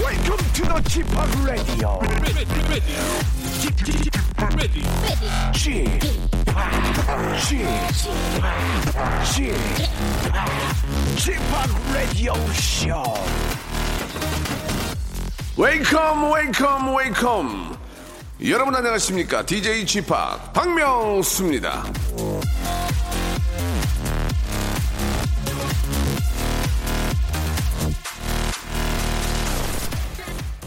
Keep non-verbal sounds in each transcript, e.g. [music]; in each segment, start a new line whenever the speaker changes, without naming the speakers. Welcome to the g p o p Radio.
ready, ready, ready,
g p o p G p o p Radio Show.
웨이컴 웨이컴 웨이컴 여러분 안녕하십니까 DJ g p o 박명수입니다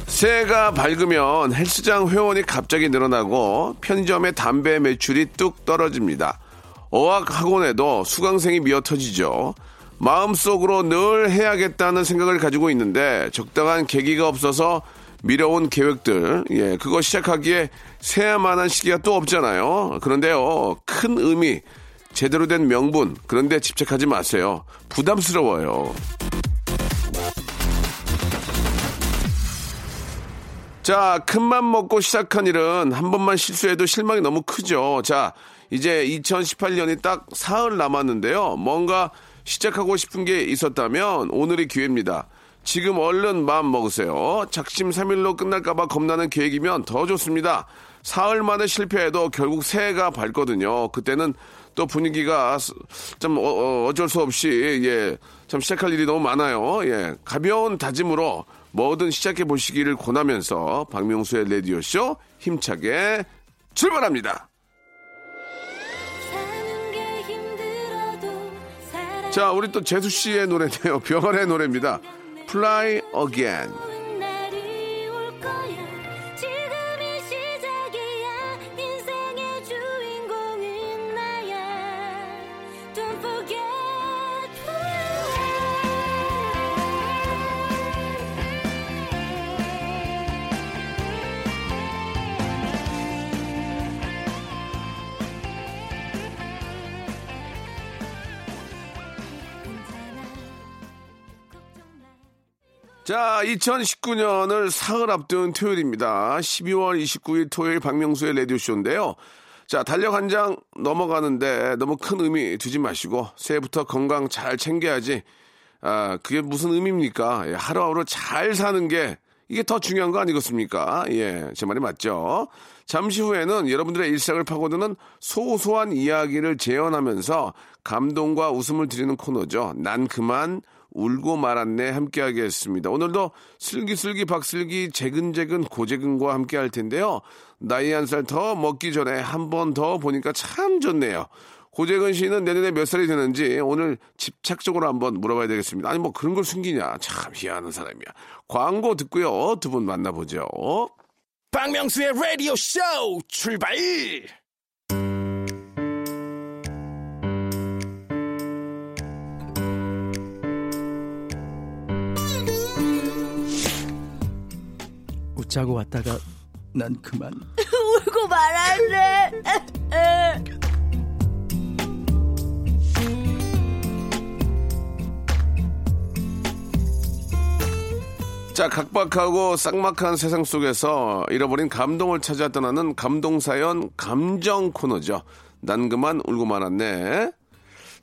새해가 밝으면 헬스장 회원이 갑자기 늘어나고 편의점의 담배 매출이 뚝 떨어집니다. 어학 학원에도 수강생이 미어터지죠. 마음속으로 늘 해야겠다는 생각을 가지고 있는데 적당한 계기가 없어서 미뤄온 계획들, 예, 그거 시작하기에 새야만한 시기가 또 없잖아요. 그런데요, 큰 의미, 제대로 된 명분, 그런데 집착하지 마세요. 부담스러워요. 자, 큰맘 먹고 시작한 일은 한 번만 실수해도 실망이 너무 크죠. 자, 이제 2018년이 딱 사흘 남았는데요. 뭔가 시작하고 싶은 게 있었다면 오늘이 기회입니다. 지금 얼른 마음 먹으세요. 작심 삼일로 끝날까봐 겁나는 계획이면 더 좋습니다. 사흘 만에 실패해도 결국 새해가 밝거든요. 그때는 또 분위기가 스- 참 어- 어, 어쩔 수 없이 예, 참 시작할 일이 너무 많아요. 예, 가벼운 다짐으로 뭐든 시작해 보시기를 권하면서 박명수의 라디오 쇼 힘차게 출발합니다.
사는 게 힘들어도 사랑
자, 우리 또 재수 씨의 노래네요. [laughs] 병아의 노래입니다. Fly Again.
좋은 날이 올 거야 지금이 시작이야 인생의 주인공은 나야 Don't forget who you are
자, 2019년을 사흘 앞둔 토요일입니다. 12월 29일 토요일 박명수의 라디오쇼인데요. 자, 달력 한 장 넘어가는데 너무 큰 의미 두지 마시고, 새해부터 건강 잘 챙겨야지. 아, 그게 무슨 의미입니까? 예, 하루하루 잘 사는 게 이게 더 중요한 거 아니겠습니까? 예, 제 말이 맞죠? 잠시 후에는 여러분들의 일상을 파고드는 소소한 이야기를 재현하면서 감동과 웃음을 드리는 코너죠. 난 그만 울고 말았네 함께 하겠습니다. 오늘도 슬기슬기 박슬기 재근재근 고재근과 함께 할 텐데요. 나이 한 살 더 먹기 전에 한 번 더 보니까 참 좋네요. 고재근 씨는 내년에 몇 살이 되는지 오늘 집착적으로 한번 물어봐야 되겠습니다. 아니 뭐 그런 걸 숨기냐. 참 희한한 사람이야. 광고 듣고요. 두 분 만나보죠.
박명수의 라디오 쇼 출발.
웃자고 왔다가 난
[laughs]
그만
울고 말할래.
자 각박하고 쌍막한 세상 속에서 잃어버린 감동을 찾아 떠나는 감동사연 감정 코너죠. 난 그만 울고 말았네.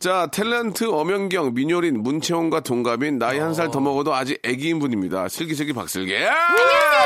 자 탤런트 엄연경, 민효린, 문채원과 동갑인 나이 한 살 더 먹어도 아직 애기인 분입니다. 슬기슬기 박슬기.
아,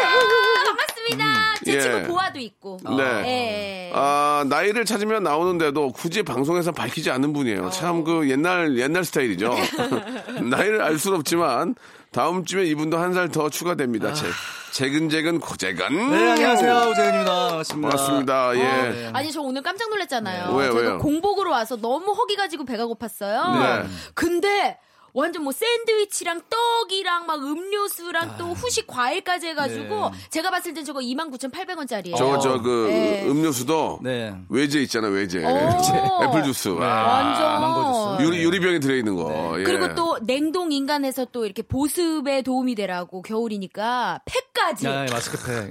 반갑습니다. 제
예.
친구 보아도 있고.
네.
예.
아, 나이를 찾으면 나오는데도 굳이 방송에서 밝히지 않는 분이에요. 참 그 옛날, 옛날 스타일이죠. [laughs] 나이를 알 수는 없지만 다음 주에 이분도 한 살 더 추가됩니다. 재, 재근재근 고재근.
네 안녕하세요 우재현입니다 반갑습니다
반갑습니다. 예.
네.
아니 저 오늘 깜짝 놀랐잖아요.
네. 왜요,
제가
왜요?
공복으로 와서 너무 허기 가지고 배가 고팠어요.
네.
근데 완전 뭐 샌드위치랑 떡이랑 막 음료수랑
아.
또 후식 과일까지 해가지고
네.
제가 봤을 땐 저거 29,800원짜리예요.
저거, 저, 그,
네.
음료수도
어. 네.
외제 있잖아요, 외제.
오.
애플 주스. 아,
어. 완전
망고
유리, 유리병에 들어있는 거.
네.
예.
그리고 또 냉동 인간에서 또 이렇게 보습에 도움이 되라고 겨울이니까 팩까지.
야, 야, 마스크팩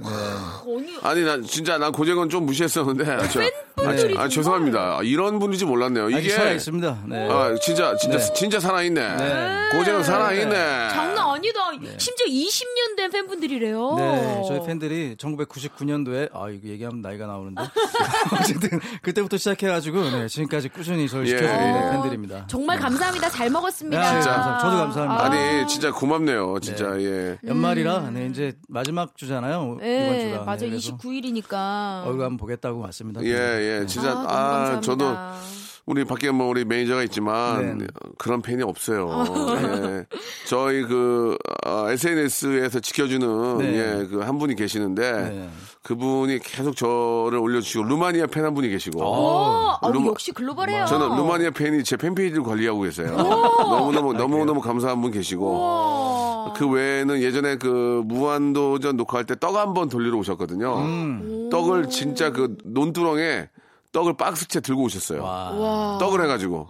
아니,
네.
아니 난 진짜 난 고재건 좀 무시했었는데 아, 저- 아,
팬분들이
저- 아, 죄송합니다 아, 이런 분인지 몰랐네요
이게
이게
살아 있습니다 네.
아 진짜 진짜
네.
진짜 살아 있네.
네. 네.
고재는 살아있네.
장난 아니다. 심지어 20년 된 팬분들이래요.
네, 저희 팬들이 1999년도에 아 이거 얘기하면
[laughs]
나이가 나오는데 어쨌든 그때부터 시작해가지고 네, 지금까지 꾸준히 저를
예,
지켜주는
예.
네, 팬들입니다.
어, 정말 감사합니다. 잘 먹었습니다.
네, 진짜 감사합니다. 저도 감사합니다.
아니 진짜 고맙네요. 진짜 예.
연말이라 네, 이제 마지막 주잖아요
음.
이번
네,
주가.
맞아. 요
네, 그래서
29일이니까.
얼굴 한번 보겠다고 왔습니다. 네.
예, 예, 진짜,
너무
아,
감사합니다.
저도, 우리 밖에 뭐 우리 매니저가 있지만,
네.
그런 팬이 없어요.
아,
예. 저희 그, SNS에서 지켜주는,
네.
예, 그 한 분이 계시는데,
네.
그분이 계속 저를 올려주시고, 루마니아 팬 한 분이
오,
계시고,
어,
루마-
역시 글로벌해요.
저는 루마니아 팬이 제 팬페이지를 관리하고 계세요. 너무너무, 너무너무 감사한 분 계시고,
어.
그 외에는 예전에 그 무한도전 녹화할 때 떡 한 번 돌리러 오셨거든요. 떡을 진짜 그 논두렁에 떡을 박스째 들고 오셨어요.
와.
떡을 해가지고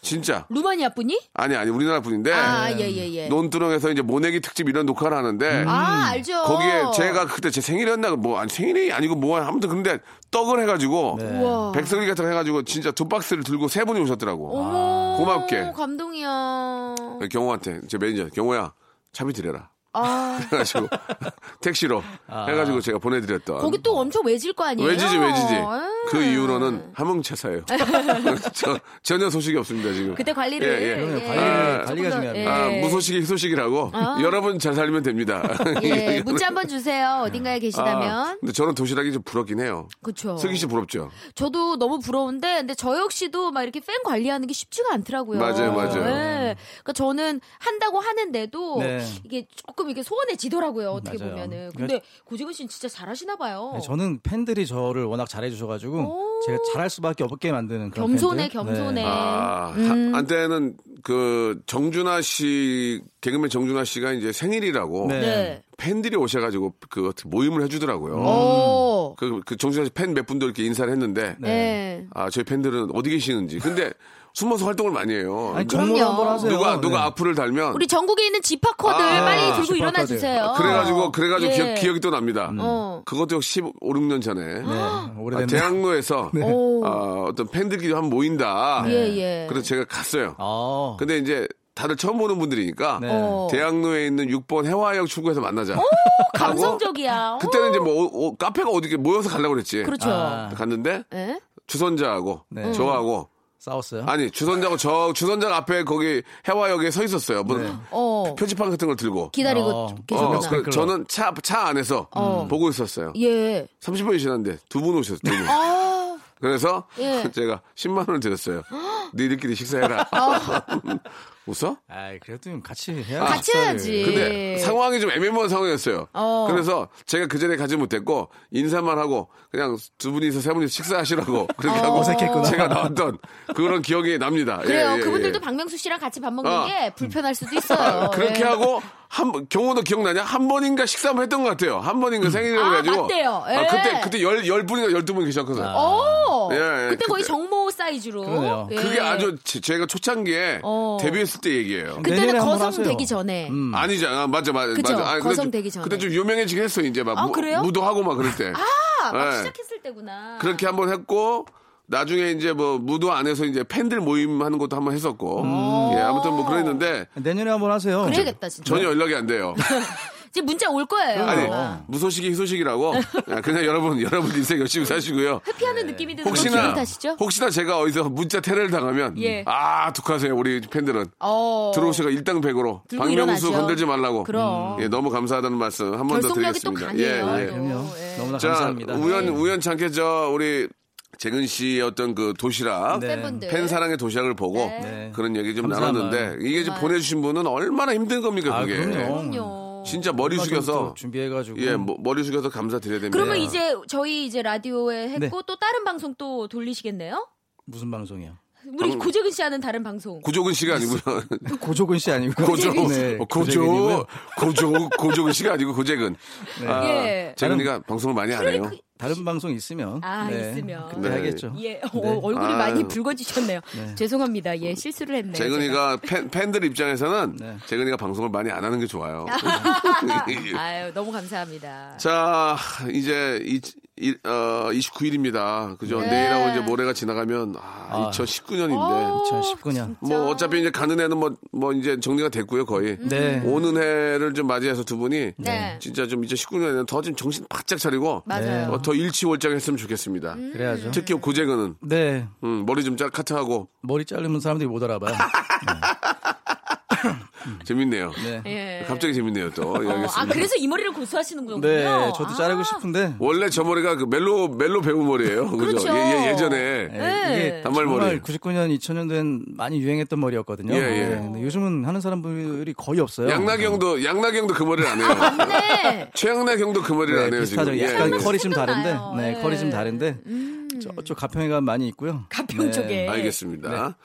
진짜
루마니아 분이?
아니 아니 우리나라 분인데
아, 예, 예, 예.
논두렁에서 이제 모내기 특집 이런 녹화를 하는데
아, 알죠.
음, 거기에 제가 그때 제 생일이었나 뭐 아니 생일이 아니고 뭐 아무튼 근데 떡을 해가지고
우와.
백설기 같은 거 해가지고 진짜 두 박스를 들고 세 분이 오셨더라고
어머,
고맙게.
감동이야.
경호한테 제 매니저 경호야 차비 드려라 [laughs]
아,
해가지고 [laughs] 택시로 해가지고 제가 보내드렸던
거기 또 엄청 외질 거 아니에요?
외지지 외지지
음.
그 이후로는
[laughs]
함흥채사예요 [laughs] 저- 전혀 소식이 없습니다 지금
그때 관리를.
예, 예.
그럼요,
예.
관리를-
조금
관리가
더,
중요합니다.
아,
예.
무소식이 희소식이라고 여러분 잘 살면 됩니다.
아. [laughs] 예, 문자 한번 주세요.
네.
어딘가에
아,
계시다면.
[laughs]
어.
근데 저는 도시락이 좀 부럽긴 해요.
그쵸.
슬기 씨 부럽죠.
저도 너무 부러운데, 근데 저 역시도 막 이렇게 팬 관리하는 게 쉽지가 않더라고요.
맞아요, 맞아요.
예. 그러니까 저는 한다고 하는데도
네.
이게 조금 이게 소원해지더라고요. 어떻게
맞아요.
보면은. 근데 고지근 씨는 진짜 잘하시나 봐요.
네, 저는 팬들이 저를 워낙 잘해주셔가지고 제가 잘할 수밖에 없게 만드는 그런
겸손해,
팬들. 네.
겸손해.
아,
음.
하- 한때는 그 정준하 씨 개그맨 정준하 씨가 이제 생일이라고
네.
네.
팬들이 오셔가지고 그 어떻게 모임을
음.
해주더라고요.
오.
그, 그 정준하 씨 팬 몇 분도 이렇게 인사를 했는데
어. 네.
아 저희 팬들은 어디 계시는지 근데 숨어서 활동을 많이 해요.
음,
아니,
누가
정모를 한번 하세요.
누가
네.
악플을 달면
우리 전국에 있는 지파커들
아,
빨리 들고
지파커들.
일어나 주세요.
그래가지고 그래가지고
예.
기억, 기억이 또 납니다.
어.
그것도 15, 6년 전에
음. 네,
아,
[laughs] 오래됐네.
대학로에서
오.
어, 어떤 팬들끼리 한 번 모인다.
예, 예.
그래서 제가 갔어요.
아,
근데 이제 다들 처음 보는 분들이니까
네.
어.
대학로에 있는 6번 해화역 출구에서 만나자.
감성적이야. 오,
그때는 이제 뭐 어, 어, 카페가 어디 모여서 가려고 그랬지.
그렇죠.
아.
갔는데
예?
주선자하고 음.
네. 음.
저하고
싸웠어요?
아니 주선자하고 저 주선자 앞에 거기 해화역에 서 있었어요. 뭐
네.
어.
표지판 같은 걸 들고.
기다리고
어.
어,
계셨구나.
그, 저는 차, 차 안에서 보고 있었어요.
예.
30분이 지났는데 두 분 오셨어요. 두 분.
아,
그래서 [laughs]
예. 아.
제가 10만 원을 드렸어요. 니들끼리 식사해라. [laughs] 웃어?
아이, 그래도 좀 같이 해야
같이 해야지.
근데 상황이 좀 애매모호한 상황이었어요.
예. 어.
그래서 제가 그 전에 가지 못했고 인사만 하고 그냥 두 분이서 세 분이서 식사하시라고
[laughs]
그렇게 하고
어색했구나.
제가 나왔던 그런 기억이 납니다. 예,
그래요.
예, 예.
그분들도 박명수 씨랑 같이 밥 먹는
아.
게 불편할 수도 있어요.
[laughs] 그렇게
예.
하고 한 번- 경호도 기억나냐? 한 번인가 식사 한번 했던 것 같아요. 한 번인가 생일을
아,
가지고
맞대요. 예. 아. 어,
아, 그때 그때 열, 열 분인가 열두 분 계셨거든요.
오.
예, 예,
그때 거의
그때-
정모 사이즈로.
그러네요.
예.
그게 아주 제- 제가 초창기에
어.
데뷔했을 때 얘기예요.
그때는
내년에 한번
거성
하세요. 음.
되기 전에.
아니잖아, 맞아, 맞아,
그죠?
맞아. 아니, 근데
거성
좀-
되기 전에.
그때 좀 유명해지긴 했어, 이제 막
아,
무,
그래요?
무도하고 막 그럴 때.
아, 막
예. 그렇죠.
시작했을 때구나.
그렇게 한번 했고 나중에 이제 뭐 무도 안에서 이제 팬들 모임 하는 것도 한번 했었고
음.
예 아무튼 뭐 그랬는데
내년에 한번 하세요.
그래야겠다 진짜.
전혀 연락이 안 돼요.
네. 이제 문자 올 거예요.
아니
아마.
무소식이 희소식이라고 예, 그냥 여러분 여러분 인생 열심히 사시고요.
회피하는 느낌이 드는
예. 혹시나
기분 탓이죠?
혹시나 제가 어디서 문자 테러를 당하면
예.
아 독하세요 우리 팬들은
어.
들어오시가 일당백으로
들고
박명수
일어나죠.
건들지 말라고
그럼.
예 너무 감사하다는 말씀 한 번 더
결속력이 또
드리겠습니다.
강해요.
네, 그럼요.
예.
너무나
자
감사합니다. 네.
우연 우연찮게 저 우리 재근 씨의 어떤 그 도시락
네.
팬분들.
팬 사랑의 도시락을 보고
네.
그런 얘기 좀
감사한
나눴는데 이게
아.
지금 보내주신 분은 얼마나 힘든 겁니까
아,
그게
그럼요.
그럼요.
음, 진짜 머리
얼마 전부터
숙여서
준비해가지고.
예 뭐, 머리 숙여서 감사드려야 됩니다.
그러면 이제 저희 이제 라디오에
네.
했고 또 다른 방송 또 돌리시겠네요?
무슨 방송이요? [laughs]
우리 고재근 씨 하는 다른 방송.
고조근 씨가 아니고요.
고조근 씨 아니고요.
고조 [laughs]
네,
고조
고재근이고요.
고조 고조근 씨가 아니고 고재근.
네.
아,
예. 그러니까.
재근이가 방송을 많이 안 해요.
다른 방송 있으면.
아, 있으면.
그때
네.
하겠죠.
예, 어, 얼굴이
아유.
많이 붉어지셨네요. 죄송합니다. 예, 실수를 했네요.
재근이가 팬, 팬들 입장에서는
네.
재근이가 방송을 많이 안
[laughs]
하는 게 좋아요. [laughs]
제가. 아유, 너무 감사합니다.
자, 이제 이, 일, 어, 29일입니다. 그죠?
네.
내일하고 이제 모레가 지나가면 아,
아.
어,
2019년인데.
2019년.
뭐 어차피 이제 가는 해는 뭐, 뭐 이제 정리가 됐고요, 거의.
네.
오는 해를 좀 맞이해서 두 분이
음. 네.
진짜 좀 2019년에는 더 좀 정신 바짝 차리고
맞아요. 음.
어, 더 일치월장 했으면 좋겠습니다.
그래야죠.
특히 고재근은
네.
음, 머리 좀 짜- 카트하고
머리 자르면 사람들이
[laughs]
못 알아봐요. 네.
재밌네요.
예.
갑자기 재밌네요 또. 예,
어, 아
알겠습니다.
그래서 이 머리를 고수하시는 거군요.
네. 저도 자르고
아,
싶은데.
원래 저 머리가 그 멜로 멜로 배우 머리예요. 그죠?
그렇죠.
예, 전에
네,
네.
이게
단발 머리.
정말 99년, 2000년도엔 많이 유행했던 머리였거든요.
예, 예.
네, 근데 요즘은 하는 사람들이 거의 없어요.
양나경도 양나경도 그 머리를
[laughs]
안 해요.
네.
최양나경도 그 머리를 안
네,
해요
비슷하죠.
지금.
약간
예, 예.
컬이 좀 다른데,
음, 나요.
네,
예. 음.
컬이 좀 다른데, 저쪽 가평에가 많이 있고요.
가평
네.
쪽에.
알겠습니다.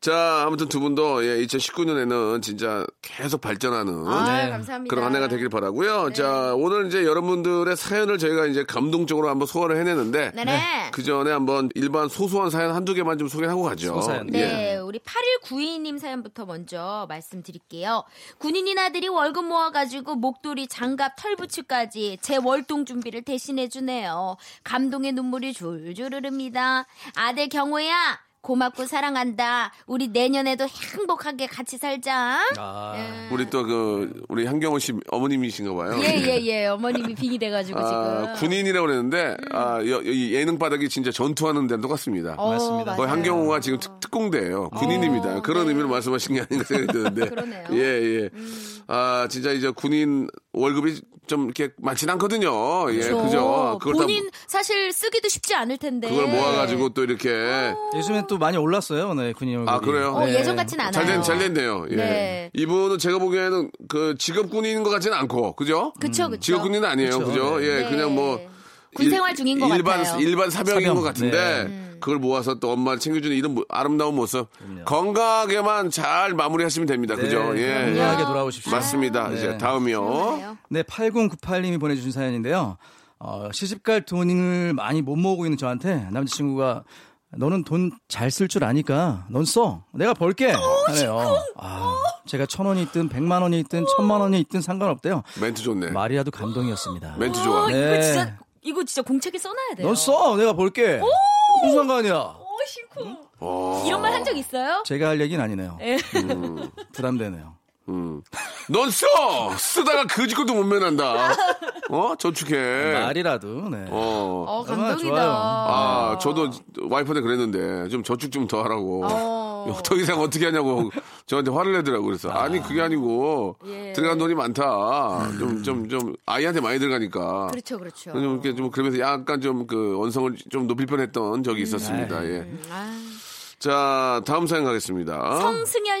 자, 아무튼 두 분도 예, 2019년에는 진짜 계속 발전하는
아,
네.
감사합니다. 네.
그런 한 해가 되길 바라고요. 자, 오늘 이제 여러분들의 사연을 저희가 이제 감동적으로 한번 소화를 해내는데
네네. 네.
그 전에 한번 일반 소소한 사연 한두 개만 좀 소개하고 가죠.
소사연.
예.
네, 우리 8192님 사연부터 먼저 말씀드릴게요. 군인인 아들이 월급 모아가지고 목도리, 장갑, 털부츠까지 제 월동 준비를 대신해주네요. 감동의 눈물이 줄줄 흐릅니다. 아들 경호야! 고맙고 사랑한다. 우리 내년에도 행복하게 같이 살자.
아,
우리 또 그 우리 한경호 씨 어머님이신가 봐요.
예, 예, 예. 어머님이 빙이 돼가지고
네. 아,
지금. 음.
군인이라고 그랬는데 아, 여, 이 예능 바닥이 진짜 전투하는 데랑 똑같습니다.
어,
맞습니다.
거의
맞아요.
한경호가 지금 특, 특공대예요. 군인입니다.
어,
그런
네.
의미로 말씀하신 게 아닌가 생각이 드는데.
그러네요.
[laughs]
음.
예, 예. 아, 진짜 이제 군인 월급이 좀 이렇게 많진 않거든요. 예,
그렇죠.
그죠. 그걸
본인 네.
다
사실 쓰기도 쉽지 않을 텐데.
그걸 모아가지고 또 이렇게
요즘엔 또 많이 올랐어요, 네, 군인 얼굴이.
아, 그래요?
어, 예전 같진 않아요.
잘된 잘됐네요. 예.
네.
이분은 제가 보기에는 그 직업 군인인 것 같지는 않고, 그죠?
그쵸, 그쵸.
직업 군인은 아니에요,
그쵸,
그죠?
네.
예,
네.
그냥 뭐
군
일-
생활 중인 것
일반,
같아요. 음.
일반 사병인
사병.
것 같은데
네.
그걸 모아서 또 엄마를 챙겨주는 이런 모- 아름다운 모습 건강하게만 잘 마무리하시면 됩니다,
네,
그죠? 예, 예.
건강하게 돌아오십시오.
맞습니다. 이제 다음이요.
네, 8098님이 보내주신 사연인데요. 어, 시집갈 돈을 많이 못 모으고 있는 저한테 남자친구가 너는 돈 잘 쓸 줄 아니까 넌 써. 내가 벌게.
어,
하네요. 아, 제가 천 원이 있든 백만 원이 있든 천만 원이 있든 상관없대요.
멘트 좋네.
말이라도 감동이었습니다.
멘트
어,
좋아.
이거
네.
진짜 이거 진짜 공책에 써놔야 돼요.
넌 써. 내가 벌게. 무슨 상관이야.
어 싫고.
어.
이런 말 한 적 있어요?
제가 할 얘기는 아니네요.
예.
음, 부담되네요.
넌 써! 쓰다가 그지것도 못
[laughs]
면한다. 어? 저축해.
말이라도. 네.
어.
어
얼마나
감동이다.
좋아요.
아, 저도 와이프한테 그랬는데 좀 저축 좀 더 하라고.
어.
[laughs] 더 이상 어떻게 하냐고 저한테 화를 내더라고 그래서 아. 니 그게 아니고
예.
들어간 돈이 많다. 좀 좀 좀 아이한테 많이 들어가니까.
그렇죠, 그렇죠.
좀 이렇게 좀 그러면서 약간 좀 그 원성을 좀 높일 뻔했던
음.
적이 있었습니다. 예.
아.
자 다음 사연 가겠습니다.
성승현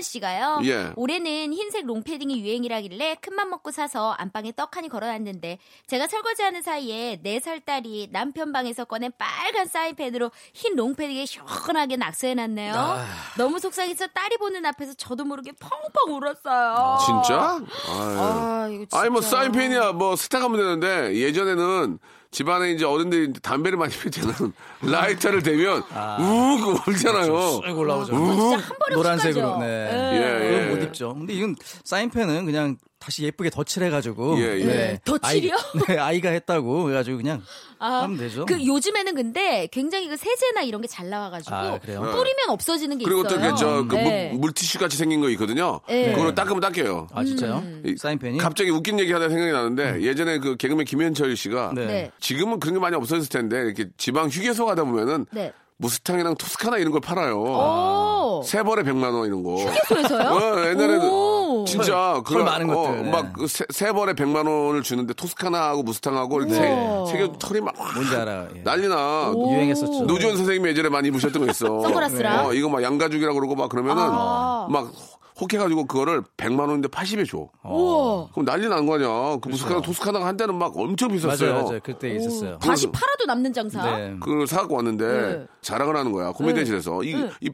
어?
씨가요.
예.
올해는 흰색 롱패딩이 유행이라길래 큰맘 먹고 사서 안방에 떡하니 걸어놨는데 제가 설거지하는 사이에 4살 딸이 남편 방에서 꺼낸 빨간 사인펜으로 흰 롱패딩에 시원하게 낙서해놨네요.
아.
너무 속상해서 딸이 보는 앞에서 저도 모르게 펑펑 울었어요.
진짜? 아유.
아, 이거 진짜.
아니 뭐 사인펜이야 뭐 스타 가면 되는데 예전에는 집안에 이제 어른들이 담배를 많이 피울 때는 [laughs] 라이터를 대면
아.
우욱
그렇죠.
울잖아요.
쭉 올라오죠.
진짜 한 번에
노란색으로.
훅 가죠.
네.
예.
어. 예, 예.
그건 못 입죠. 근데 이건 사인펜은 그냥 다시 예쁘게 덧칠해가지고. 네.
예, 예.
네, 덧칠이요?
아이, 네, 아이가 했다고 해가지고 그냥 하면 되죠.
그 요즘에는 근데 굉장히 그 세제나 이런 게 잘 나와가지고
아, 그래요?
뿌리면 없어지는 게
네. 그리고
있어요.
또저그 뭐
네.
물티슈 같이 생긴 거 있거든요.
네.
그걸로 닦으면 닦여요.
아 진짜요?
음.
이-
사인펜이?
갑자기 웃긴 얘기 하나 생각이 나는데 예전에 그 개그맨 김현철 씨가
음. 네.
네.
지금은 그런 게 많이 없어졌을 텐데 이렇게 지방 휴게소 가다 보면은
네.
무스탕이랑 토스카나 이런 걸 팔아요.
오.
세 벌에 100만 원 이런 거.
휴게소에서요?
어, 옛날에는
오.
진짜 어,
털 많은 것들, 네.
막세 세 벌에 100만 원을 주는데 토스카나하고 무스탕하고 이렇게
우와.
세, 세 털이 막
뭔지 알아요. 예.
난리나.
오.
유행했었죠.
어. 노지원 선생님이 예전에 많이 입으셨던 거 있어.
선글라스랑? 아.
어, 이거 막 양가죽이라고 그러고 막 그러면은 막 혹해가지고 그거를 100만 원인데 80에 줘.
우와.
그럼 난리 난 거 아니야. 그 무스카나 토스카나가 한때는 막 엄청 비쌌어요.
그러니까. 맞아요, 맞아요. 그때 있었어요.
다시 팔아도 남는 장사.
네.
그걸 사갖고 왔는데
네.
자랑을 하는 거야. 코미디실에서. 이, 이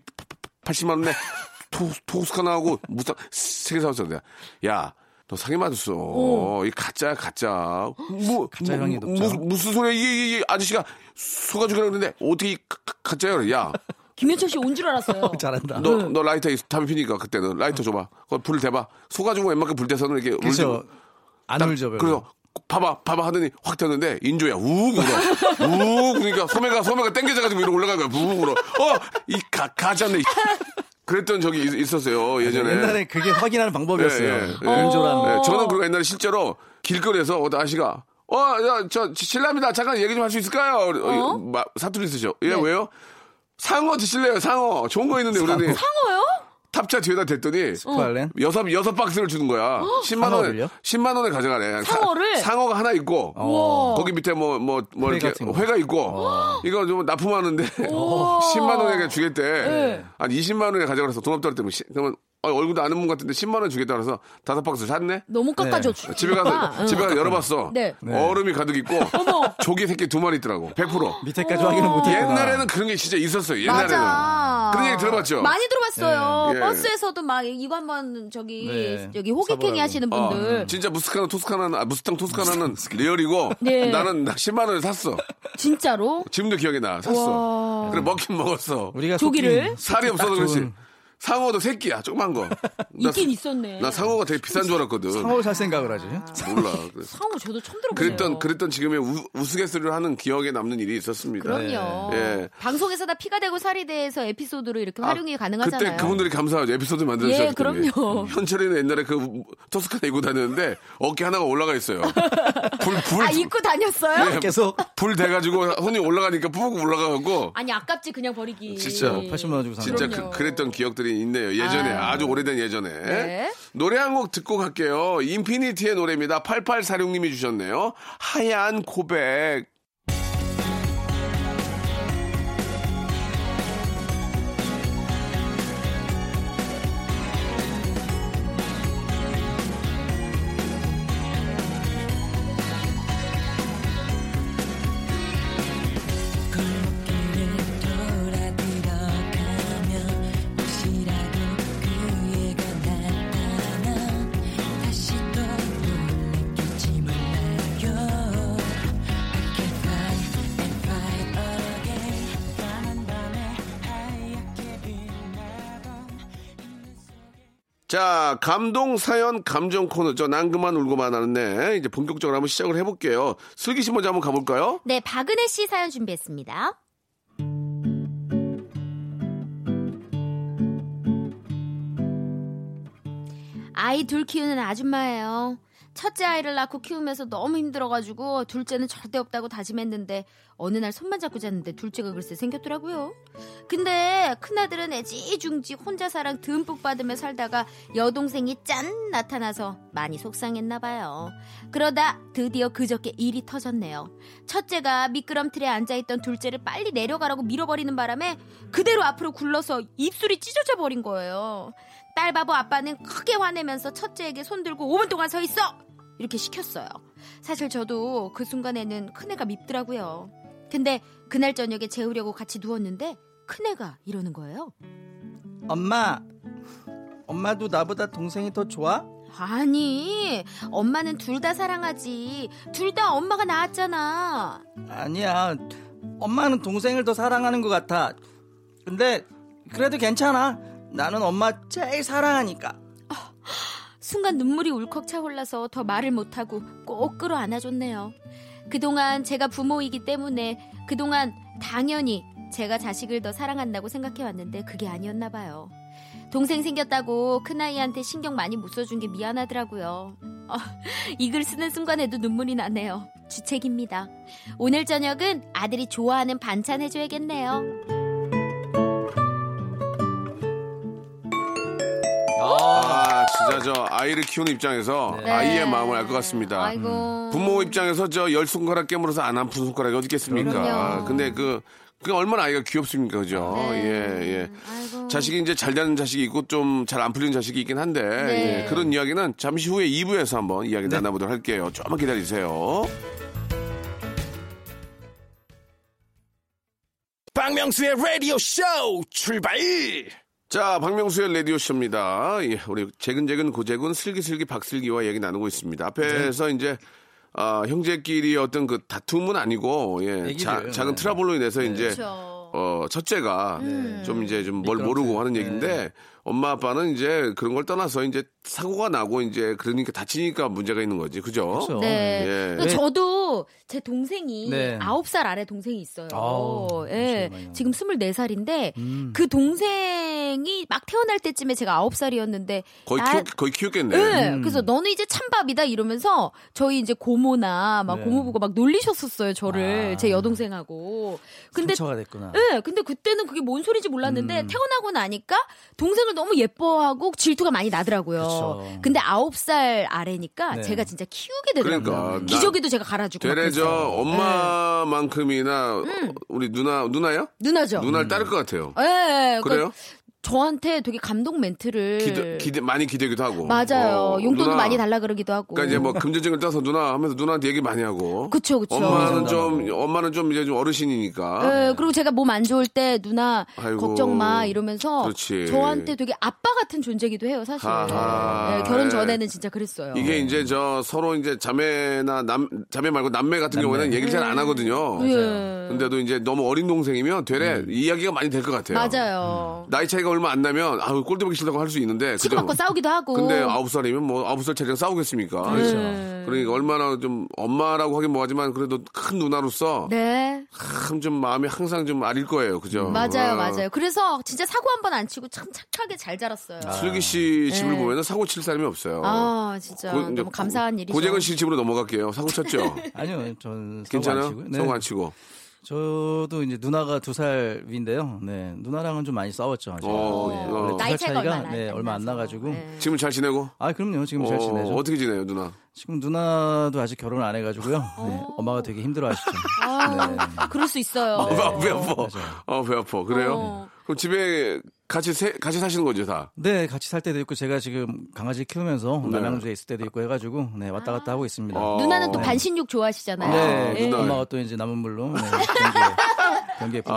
80만 원에 토, 토스카나하고 무스탕 세개 사왔어. 내가. 야. 너 상해 맞았어. 이 가짜야 가짜. 뭐
가짜
뭐,
향이
뭐,
높죠.
무슨 무슨 소리야 이게, 이게, 이게 아저씨가 속아주기라고 그랬는데 어떻게 이 가- 가- 가짜야? 그래. 야
김현철 씨 온 줄 알았어요.
[laughs] 잘한다.
너, 너 라이터 있- 담배 피니까 그때는 라이터 줘봐. 그불 대봐. 소가지고 웬만큼 불 대서는 이렇게
그렇죠. 안
딱
울죠, 별로.
그래서 봐봐, 봐봐 하더니 확 되는데 인조야 우욱 울어. 우욱 그러니까 소매가 소매가 땡겨져가지고 위로 올라간 거야. 우욱 울어. 어, 이 가, 가자네. 그랬던 적이 있- 있었어요 예전에.
옛날에 그게 확인하는 방법이었어요.
예, 예, 예.
은조라는
네, 저는 그리고 옛날에 실제로 길거리에서 어떤 아씨가 어, 야, 저 실례합니다. 잠깐 얘기 좀 할 수 있을까요? 어,
어? 네.
마- 사투리 쓰죠. 예, 왜요? 상어 드실래요? 상어. 좋은 거 있는데 그러니
상어요?
탑차 뒤에다 댔더니
어.
스쿠알렌.
여섯 여섯 박스를 주는 거야. 10만
상어를요?
원 10만 원에 가져가래. 사-
상어를?
상어가 하나 있고 거기 밑에 뭐 뭐 뭐
회
이렇게
같은 거.
회가 있고
어.
이거 좀 납품하는데 [laughs] 10만 원에 주겠대.
네.
한 20만 원에 가져가서 돈 없다 그랬더니 시- 그러면 어, 얼굴도 아는 분 같은데 10만 원 주겠다 그래서 다섯 박스 샀네.
너무 깎아줬어.
집에 가서 집에 가서 열어봤어.
네.
얼음이 가득 있고 [laughs] 조개 새끼 두 마리 있더라고. 100%.
밑에까지 확인을
어.
못했구나.
옛날에는 그런 게 진짜 있었어요. 옛날에는.
맞아.
그런 얘기 들어봤죠?
많이 들어봤어요.
예.
버스에서도 막 이거 한번 저기
네.
여기 호객행위
사보라고.
하시는
어,
분들
진짜 무스카나 토스카나 아, 무스탕 토스카나는 리얼이고
[laughs] 네.
나는 나 10만 원에 샀어.
진짜로
지금도 기억이 나. 샀어. 그래 먹긴 먹었어.
우리가
조기를?
속기-
살이 없어서
딱
그렇지.
좋은-
상어도 새끼야. 조그만 거. 나,
있긴 있었네.
나 상어가 되게 비싼 줄 알았거든.
상어를 살 생각을 하지.
아.
몰라. 그래서
상어 저도 처음 들어보네요.
그랬던 그랬던 지금의 우, 우스갯소리를 하는 기억에 남는 일이 있었습니다.
그럼요.
예.
방송에서 다 피가 되고 살이 돼서 에피소드로 이렇게
아,
활용이 가능하잖아요.
그때 그분들이 감사하죠. 에피소드 만들어
예,
주셨기
그럼요.
현철이는 옛날에 그 토스카나 입고 다녔는데 어깨 하나가 올라가
[laughs]
있어요. 불 불.
아 입고 다녔어요?
네.
계속
불 돼가지고 손이 올라가니까 푹 올라가고
아니 아깝지 그냥 버리기.
진짜.
80만 어, 원 주고 산
네. 진짜
그럼요.
그, 그랬던 기억들이 있네요. 예전에
아유.
아주 오래된 예전에
네.
노래 한 곡 듣고 갈게요. 인피니티의 노래입니다. 8846님이 주셨네요. 하얀 고백.
골목길을 돌아 들어가면 무시라도 그애가 나타나 다시 또 놀랬겠지 몰라요 I can fight and fight all again 까만 밤에 하얗게 빛나던
자, 감동 사연 감정 코너 저 난 그만 울고만 하는데 이제 본격적으로 한번 시작을 해볼게요. 슬기 씨 먼저 한번 가볼까요?
네, 박은혜 씨 사연 준비했습니다. 아이 둘 키우는 아줌마예요. 첫째 아이를 낳고 키우면서 너무 힘들어가지고 둘째는 절대 없다고 다짐했는데 어느 날 손만 잡고 잤는데 둘째가 글쎄 생겼더라고요. 근데 큰아들은 애지중지 혼자 사랑 듬뿍 받으며 살다가 여동생이 짠 나타나서 많이 속상했나 봐요. 그러다 드디어 그저께 일이 터졌네요. 첫째가 미끄럼틀에 앉아있던 둘째를 빨리 내려가라고 밀어버리는 바람에 그대로 앞으로 굴러서 입술이 찢어져 버린 거예요. 딸 바보 아빠는 크게 화내면서 첫째에게 손들고 5분 동안 서 있어! 이렇게 시켰어요. 사실 저도 그 순간에는 큰애가 밉더라고요. 근데 그날 저녁에 재우려고 같이 누웠는데 큰애가 이러는 거예요.
엄마, 엄마도 나보다 동생이 더 좋아?
아니, 엄마는 둘 다 사랑하지. 둘 다 엄마가 낳았잖아.
아니야. 엄마는 동생을 더 사랑하는 것 같아. 근데 그래도 괜찮아. 나는 엄마 제일 사랑하니까.
순간 눈물이 울컥 차올라서 더 말을 못하고 꼭 끌어안아줬네요. 그동안 제가 부모이기 때문에 그동안 당연히 제가 자식을 더 사랑한다고 생각해왔는데 그게 아니었나 봐요. 동생 생겼다고 큰아이한테 신경 많이 못 써준 게 미안하더라고요. 어, 이 글 쓰는 순간에도 눈물이 나네요. 주책입니다. 오늘 저녁은 아들이 좋아하는 반찬 해줘야겠네요.
아, 진짜 저 아이를 키우는 입장에서
네.
아이의 마음을 알 것 같습니다.
아이고.
부모 입장에서 저 열 손가락 깨물어서 안 아픈 손가락이 어디 있겠습니까?
그럼요.
근데 그, 그 얼마나 아이가 귀엽습니까? 그죠?
네.
예, 예.
음.
아이고.
자식이 이제 잘 되는 자식이 있고 좀 잘 안 풀리는 자식이 있긴 한데 예,
네.
그런 이야기는 잠시 후에 2부에서 한번 이야기
네.
나눠보도록 할게요. 조금만 기다리세요.
박명수의 라디오 쇼 출발!
자, 박명수의 라디오쇼입니다. 예, 우리 재근재근 고재근 슬기슬기 박슬기와 얘기 나누고 있습니다.
네.
앞에서 이제 아, 형제끼리 어떤 그 다툼은 아니고 예, 자,
얘기를,
작은
네.
트러블로 인해서 이제
그렇죠.
어, 첫째가
네.
좀 이제 좀 뭘
미끄럼틀. 네.
모르고 하는 얘기인데 엄마 아빠는 이제 그런 걸 떠나서 이제 사고가 나고 이제 그러니까 다치니까 문제가 있는 거지. 그죠?
그렇죠.
네.
예.
그러니까 저도 제 동생이
네.
아홉 살 아래 동생이 있어요.
아우,
예.
정말.
지금 24살인데
음.
그 동생이 막 태어날 때쯤에 제가 아홉 살이었는데
거의 키우, 거의 키웠겠네.
네.
음.
그래서 너는 이제 찬밥이다 이러면서 저희 이제 고모나 막
네.
고모부가 막 놀리셨었어요 저를
아.
제 여동생하고. 근데
상처가 됐구나.
예, 근데 그때는 그게 뭔 소리인지 몰랐는데
음.
태어나고 나니까 동생을 너무 예뻐하고 질투가 많이 나더라고요.
그쵸.
근데 아홉 살 아래니까
네.
제가 진짜 키우게 되더라고요.
그러니까, 나-
기저귀도 제가 갈아주고 막
되레 저
그랬어요.
네.
엄마만큼이나 우리 누나 누나요?
누나죠.
음.
누나를 따를 것 같아요.
예, 예, 그러니까
그래요?
저한테 되게 감동 멘트를
기대, 기대 많이 기대기도 하고.
맞아요.
어,
용돈도
누나.
많이 달라 그러기도 하고.
그러니까 이제 뭐 금전적인 따서 누나 하면서 누나한테 얘기 많이 하고.
그쵸, 그쵸.
엄마는
그죠.
좀 엄마는 좀 이제 좀 어르신이니까.
예, 그리고 제가 몸 안 좋을 때 누나
아이고.
걱정 마 이러면서
그렇지.
저한테 되게 아빠 같은 존재기도 해요 사실.
아하.
예, 결혼
예.
전에는 진짜 그랬어요.
이게 이제 저 서로 이제 자매나 남 자매 말고 남매 같은 경우에는 얘기를 잘 안 하거든요.
예.
근데도 이제 너무 어린 동생이면 되레 이야기가 많이 될 것 같아요.
맞아요.
나이 차이가 얼마 안 나면 아우 꼴대 보기 싫다고 할 수 있는데
치고받고
그죠?
싸우기도 하고.
근데 아홉 살이면 뭐 아홉 살 차이랑 싸우겠습니까?
그렇죠.
예.
그러니까 얼마나 좀 엄마라고 하긴 뭐하지만 그래도 큰 누나로서
네.
참 좀 마음이 항상 좀 아릴 거예요, 그죠?
맞아요,
아.
맞아요. 그래서 진짜 사고 한 번 안 치고 참 착하게 잘 자랐어요.
슬기 씨 집을
네.
보면은 사고 칠 사람이 없어요.
아, 진짜
고- 이제
너무 감사한 일이죠.
고재근 씨 집으로 넘어갈게요. 사고
[laughs]
쳤죠?
아니요, 전 사고 안
괜찮아요?
치고요. 네.
사고 안 치고.
저도 이제 누나가 두 살 위인데요. 네, 누나랑은 좀 많이 싸웠죠. 제가.
어,
네,
어.
원래 두살
나이 차이가 얼마 안
네, 얼마 안 나가지고.
네.
지금 잘 지내고?
아, 그럼요. 지금
어,
잘 지내죠.
어떻게 지내요, 누나?
지금 누나도 아직 결혼 안 해가지고요. 네, 엄마가
[laughs]
되게 힘들어하시죠. 네,
아, 그럴 수 있어요.
아, 배 아파.
맞아요.
아, 배 아파. 그래요?
어.
그럼 집에 같이 세- 같이 사시는 거죠, 다?
네, 같이 살 때도 있고 제가 지금 강아지 키우면서
네.
남양주에 있을 때도 있고 해가지고 네 왔다 갔다 하고 있습니다.
어.
누나는 또
네.
반신욕 좋아하시잖아요.
네,
예. 누나.
엄마가 또 이제 남은 물로 네, 경기에, 경기에
아,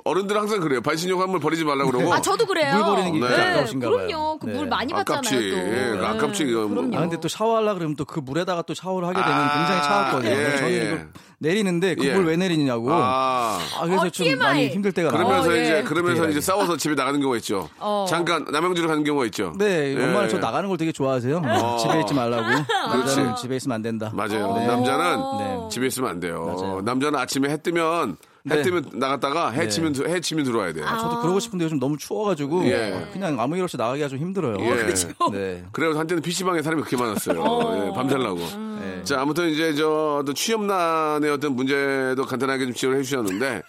아, 어른들 은 항상 그래요. 반신욕 한번 버리지 말라고 그러고.
아, 저도 그래요.
물 버리는 게
네.
아까우신가 봐요.
그럼요. 그 물
네.
많이
아깝지.
받잖아요. 또.
예,
네.
아깝지, 이거.
그럼요.
아, 근데 또 샤워하려 그러면 또 그 물에다가 또 샤워를 하게 되면
아,
굉장히 차갑거든요.
예,
저는
예.
이거 내리는데
예.
그걸 왜 내리냐고. 아,
아.
그래서
어,
좀
TMI.
많이 힘들 때가
그러면서
많아요.
어, 예.
이제 그러면서
그때
이제 싸워서 집에 나가는 경우가 있죠.
어.
잠깐 남양주로 가는 경우가 있죠.
네,
예,
엄마는 저
예.
나가는 걸 되게 좋아하세요. 집에 있지 말라고. 남자는 집에 있으면 안 된다.
맞아요.
어.
네.
남자는
네.
집에 있으면 안 돼요.
맞아요.
남자는 아침에 해 뜨면 해
네.
뜨면 나갔다가 해 치면 들- 해 치면 들어와야
아,
돼요.
저도 그러고 싶은데 요즘 너무 추워가지고 어,
예.
그냥 아무 일 없이 나가기가 좀 힘들어요.
예. 그렇죠.
네.
그래서 한때는 PC방에 사람이 그렇게 많았어요. 예, 밤새려고.
음.
네.
자, 아무튼 이제 저 어떤 취업난의 어떤 문제도 간단하게 좀 지원해 주셨는데,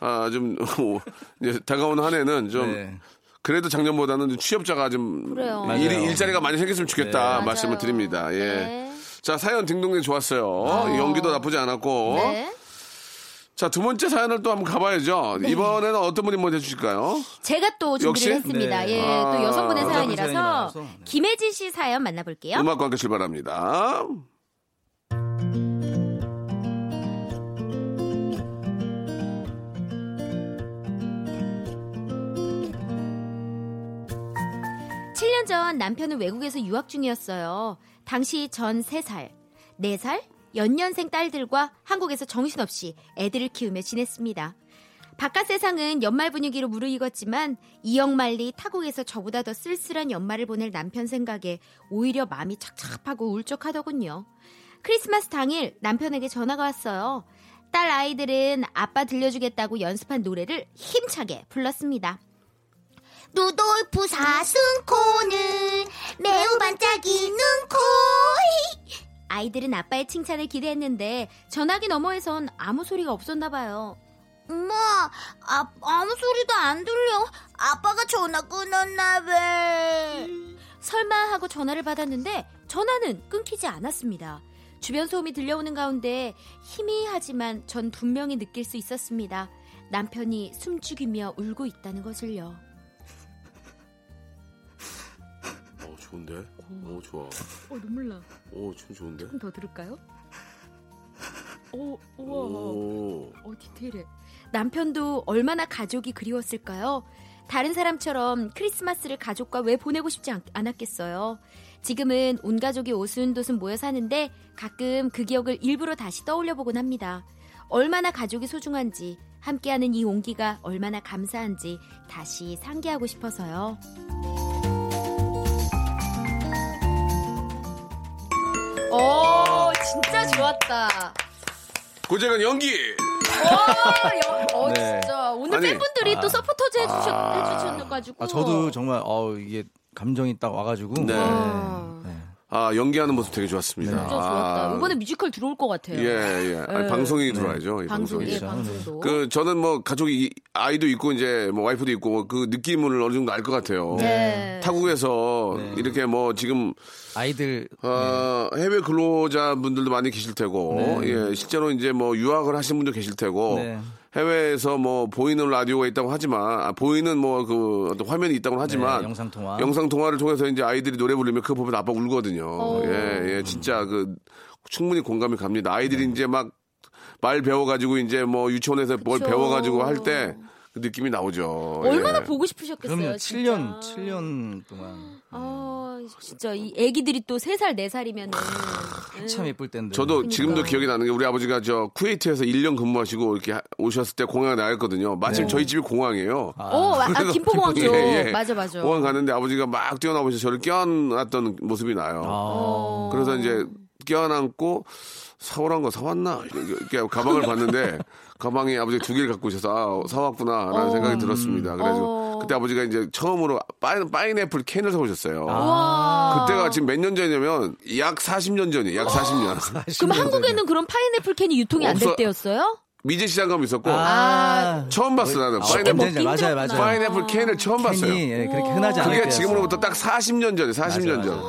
아, 좀, [laughs] 이제 다가온 한 해는 좀,
네.
그래도 작년보다는 좀 취업자가 좀
그래요.
일,
맞아요.
일자리가 많이 생겼으면 좋겠다 말씀을
맞아요.
드립니다. 예.
네.
자 사연 딩동댕 좋았어요.
아.
연기도 나쁘지 않았고
네.
자 두 번째 사연을 또 한번 가봐야죠. 이번에는 어떤 분이 먼저 해주실까요?
제가 또
역시?
준비를 했습니다.
네.
예,
아,
또 여성분의
여성분
사연이
사연이라서
많아서, 네.
김혜진 씨 사연 만나볼게요.
음악과 함께 출발합니다.
칠 년 전 남편은 외국에서 유학 중이었어요. 당시 전 3살, 4살, 연년생 딸들과 한국에서 정신없이 애들을 키우며 지냈습니다. 바깥 세상은 연말 분위기로 무르익었지만 이영말리 타국에서 저보다 더 쓸쓸한 연말을 보낼 남편 생각에 오히려 마음이 착잡하고 울적하더군요. 크리스마스 당일 남편에게 전화가 왔어요. 딸 아이들은 아빠 들려주겠다고 연습한 노래를 힘차게 불렀습니다.
루돌프 사슴코는 매우 반짝이는 코.
아이들은 아빠의 칭찬을 기대했는데 전화기 너머에선 아무 소리가 없었나 봐요.
엄마, 아, 아무 소리도 안 들려. 아빠가 전화 끊었나 봐.
설마 하고 전화를 받았는데 전화는 끊기지 않았습니다. 주변 소음이 들려오는 가운데 희미하지만 전 분명히 느낄 수 있었습니다. 남편이 숨죽이며 울고 있다는 것을요.
어 좋은데? 어 좋아.
어 눈물 나.
어좀 좋은데?
더 들을까요? 오,
오.
어 디테일해. 남편도 얼마나 가족이 그리웠을까요? 다른 사람처럼 크리스마스를 가족과 왜 보내고 싶지 않, 았겠어요 지금은 온 가족이 오순도순 모여 사는데 가끔 그 기억을 일부러 다시 떠올려 보곤 합니다. 얼마나 가족이 소중한지 함께하는 이 온기가 얼마나 감사한지 다시 상기하고 싶어서요. 오, 진짜 좋았다.
고재근 연기.
와, 어,
네.
진짜. 오늘
아니,
팬분들이 또 서포터즈 해주셨, 해주셨는가지고.
아, 저도 정말 어 이게 감정이 딱 와가지고
네.
아,
아 연기하는 모습 되게 좋았습니다.
진짜
아,
좋았다. 이번에 뮤지컬 들어올 것 같아요.
예, 예. 아니,
예.
방송이 들어와야죠. 이
방송,
방송이.
예, 방송도.
그 저는 뭐 가족이 아이도 있고 이제 뭐 와이프도 있고 그 느낌을 어느 정도 알 것 같아요.
네.
타국에서
네.
이렇게 뭐 지금
아이들 네,
어, 해외 근로자분들도 많이 계실 테고
네.
예, 실제로 이제 뭐 유학을 하신 분도 계실 테고
네.
해외에서 뭐 보이는 라디오가 있다고 하지만 아, 보이는 뭐 그 어떤 화면이 있다고 하지만
네, 영상 통화.
아. 영상 통화를 통해서 이제 아이들이 노래 부르면 그거 보면 아빠
어.
울거든요. 예, 예, 진짜 그 충분히 공감이 갑니다. 아이들이
네.
이제 막 말 배워가지고 이제 뭐 유치원에서 뭘
그쵸.
배워가지고 할 때 그 느낌이 나오죠.
얼마나
예.
보고 싶으셨겠어요.
그럼요.
진짜.
7년 7년 동안
아, 진짜 이 애기들이 또 3살, 4살이면
참 예쁠 때인데.
저도 지금도
그러니까.
기억이 나는 게 우리 아버지가 저 쿠웨이트에서 1년 근무하시고 이렇게 하- 오셨을 때 공항에 나갔거든요. 마침 저희 집이 공항이에요.
어, 아,
그래서
김포공항 쪽.
예, 예.
맞아, 맞아.
공항 가는데 아버지가 막 뛰어나오셔서 저를 껴안았던 모습이 나요.
어.
아,
어, 그래서 이제 껴안고 사오란 거 사왔나 이렇게 가방을 봤는데 가방에 아버지가 두 개를 갖고 오셔서 아,
어.
사왔구나라는 생각이 들었습니다. 그래서
어.
그때 아버지가 이제 처음으로 파인, 파인애플 캔을 사오셨어요.
아.
와.
그때가 지금 몇 년 전이냐면 약 40년 전이에요. 약
아,
40년.
그럼 한국에는 그런 파인애플 캔이 유통이 안
없어-
될 때였어요?
미제 시장감 있었고
아,
처음 봤어 나는
아,
파인애플
언제냐, 맞아요, 맞아요.
파인애플 캔을 처음 봤어요.
캔이 예, 그렇게 흔하지 않아요.
그게 지금으로부터 딱 40년 전에 40년 전.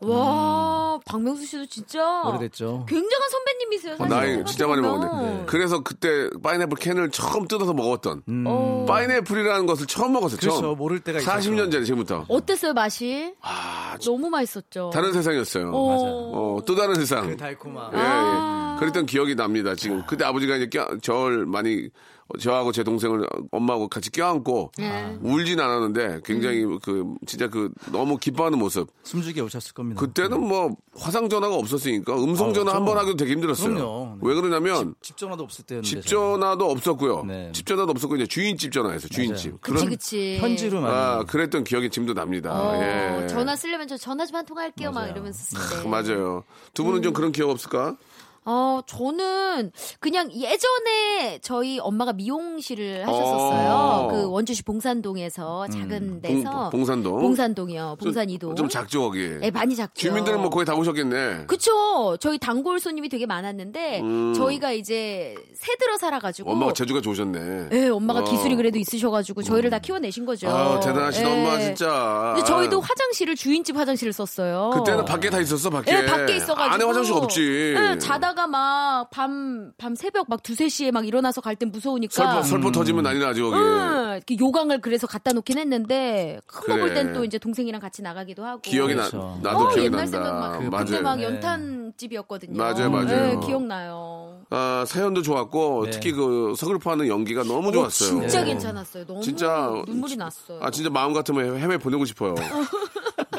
와,
음.
박명수 씨도 진짜
오래됐죠.
굉장한 선배님이세요.
어,
사실
나이 진짜 많이 먹었네.
네.
그래서 그때 파인애플 캔을 처음 뜯어서 먹었던
어,
파인애플이라는 것을 처음 먹었어요.
음. 그렇죠.
처음.
모를 때가 있었죠.
40년 전에 지금부터.
어땠어요 맛이?
아, 저-
너무 맛있었죠.
다른 세상이었어요.
어,
어, 또 다른 세상.
그 달콤함.
예, 예. 그랬던 기억이 납니다. 지금 그때 아버지가 이제 껴, 절 많이 저하고 제 동생을 엄마하고 같이 껴안고
네.
울진 않았는데 굉장히 그 진짜 그 너무 기뻐하는 모습.
숨죽여 오셨을 겁니다.
그때는 뭐 화상 전화가 없었으니까 음성 전화
아,
한
그렇죠.
번 하기도 되게 힘들었어요.
그럼요. 네.
왜 그러냐면
집 전화도 없을 때였는데.
집 전화도 없었고요.
네.
집 전화도 없었고 이제 주인집 전화해서 주인집.
그치 그치.
저는 편지로 많이.
아, 그랬던 기억이 지금도 납니다.
어,
예.
전화 쓰려면 저 전화 좀 한 통 할게요 막 이러면서 쓰는데.
그 맞아요. 두 분은
음.
좀 그런 기억 없을까?
어, 저는 그냥 예전에 저희 엄마가 미용실을 하셨었어요.
어.
그 원주시 봉산동에서 작은 데서
음. 봉, 산동
봉산동이요. 봉산이동.
좀 작죠 거기.
예, 많이 작죠.
주민들은 뭐 거의 다 오셨겠네.
그쵸. 저희 단골 손님이 되게 많았는데 저희가 이제 새 들어 살아가지고
음. 엄마가 재주가 좋으셨네.
예, 엄마가
어.
기술이 그래도 있으셔가지고 저희를 다 키워내신 거죠.
아, 대단하시다
예.
엄마 진짜. 아.
근데 저희도 화장실을 주인집 화장실을 썼어요.
그때는 밖에 다 있었어 밖에.
예, 밖에 있어가지고
안에 화장실 없지.
예, 자다가 막밤밤 새벽 막 두세 시에 막 일어나서 갈 땐 무서우니까.
설포 설포 터지면 난리 나죠 거기.
응, 이렇게 요강을 그래서 갖다 놓긴 했는데 큰
그래.
먹을 땐 또 이제 동생이랑 같이 나가기도 하고.
기억이 나
그렇죠.
나도
어,
기억이
옛날
난다.
생각만. 그때
맞아요.
막
네.
연탄 집이었거든요.
맞아요, 맞아요.
예, 기억나요.
아, 사연도 좋았고
네.
특히 그 서글퍼하는 연기가 너무 좋았어요.
진짜
네.
괜찮았어요. 너무
진짜
눈물이 났어요.
아 진짜 마음 같으면 해외 보내고
[laughs]
싶어요.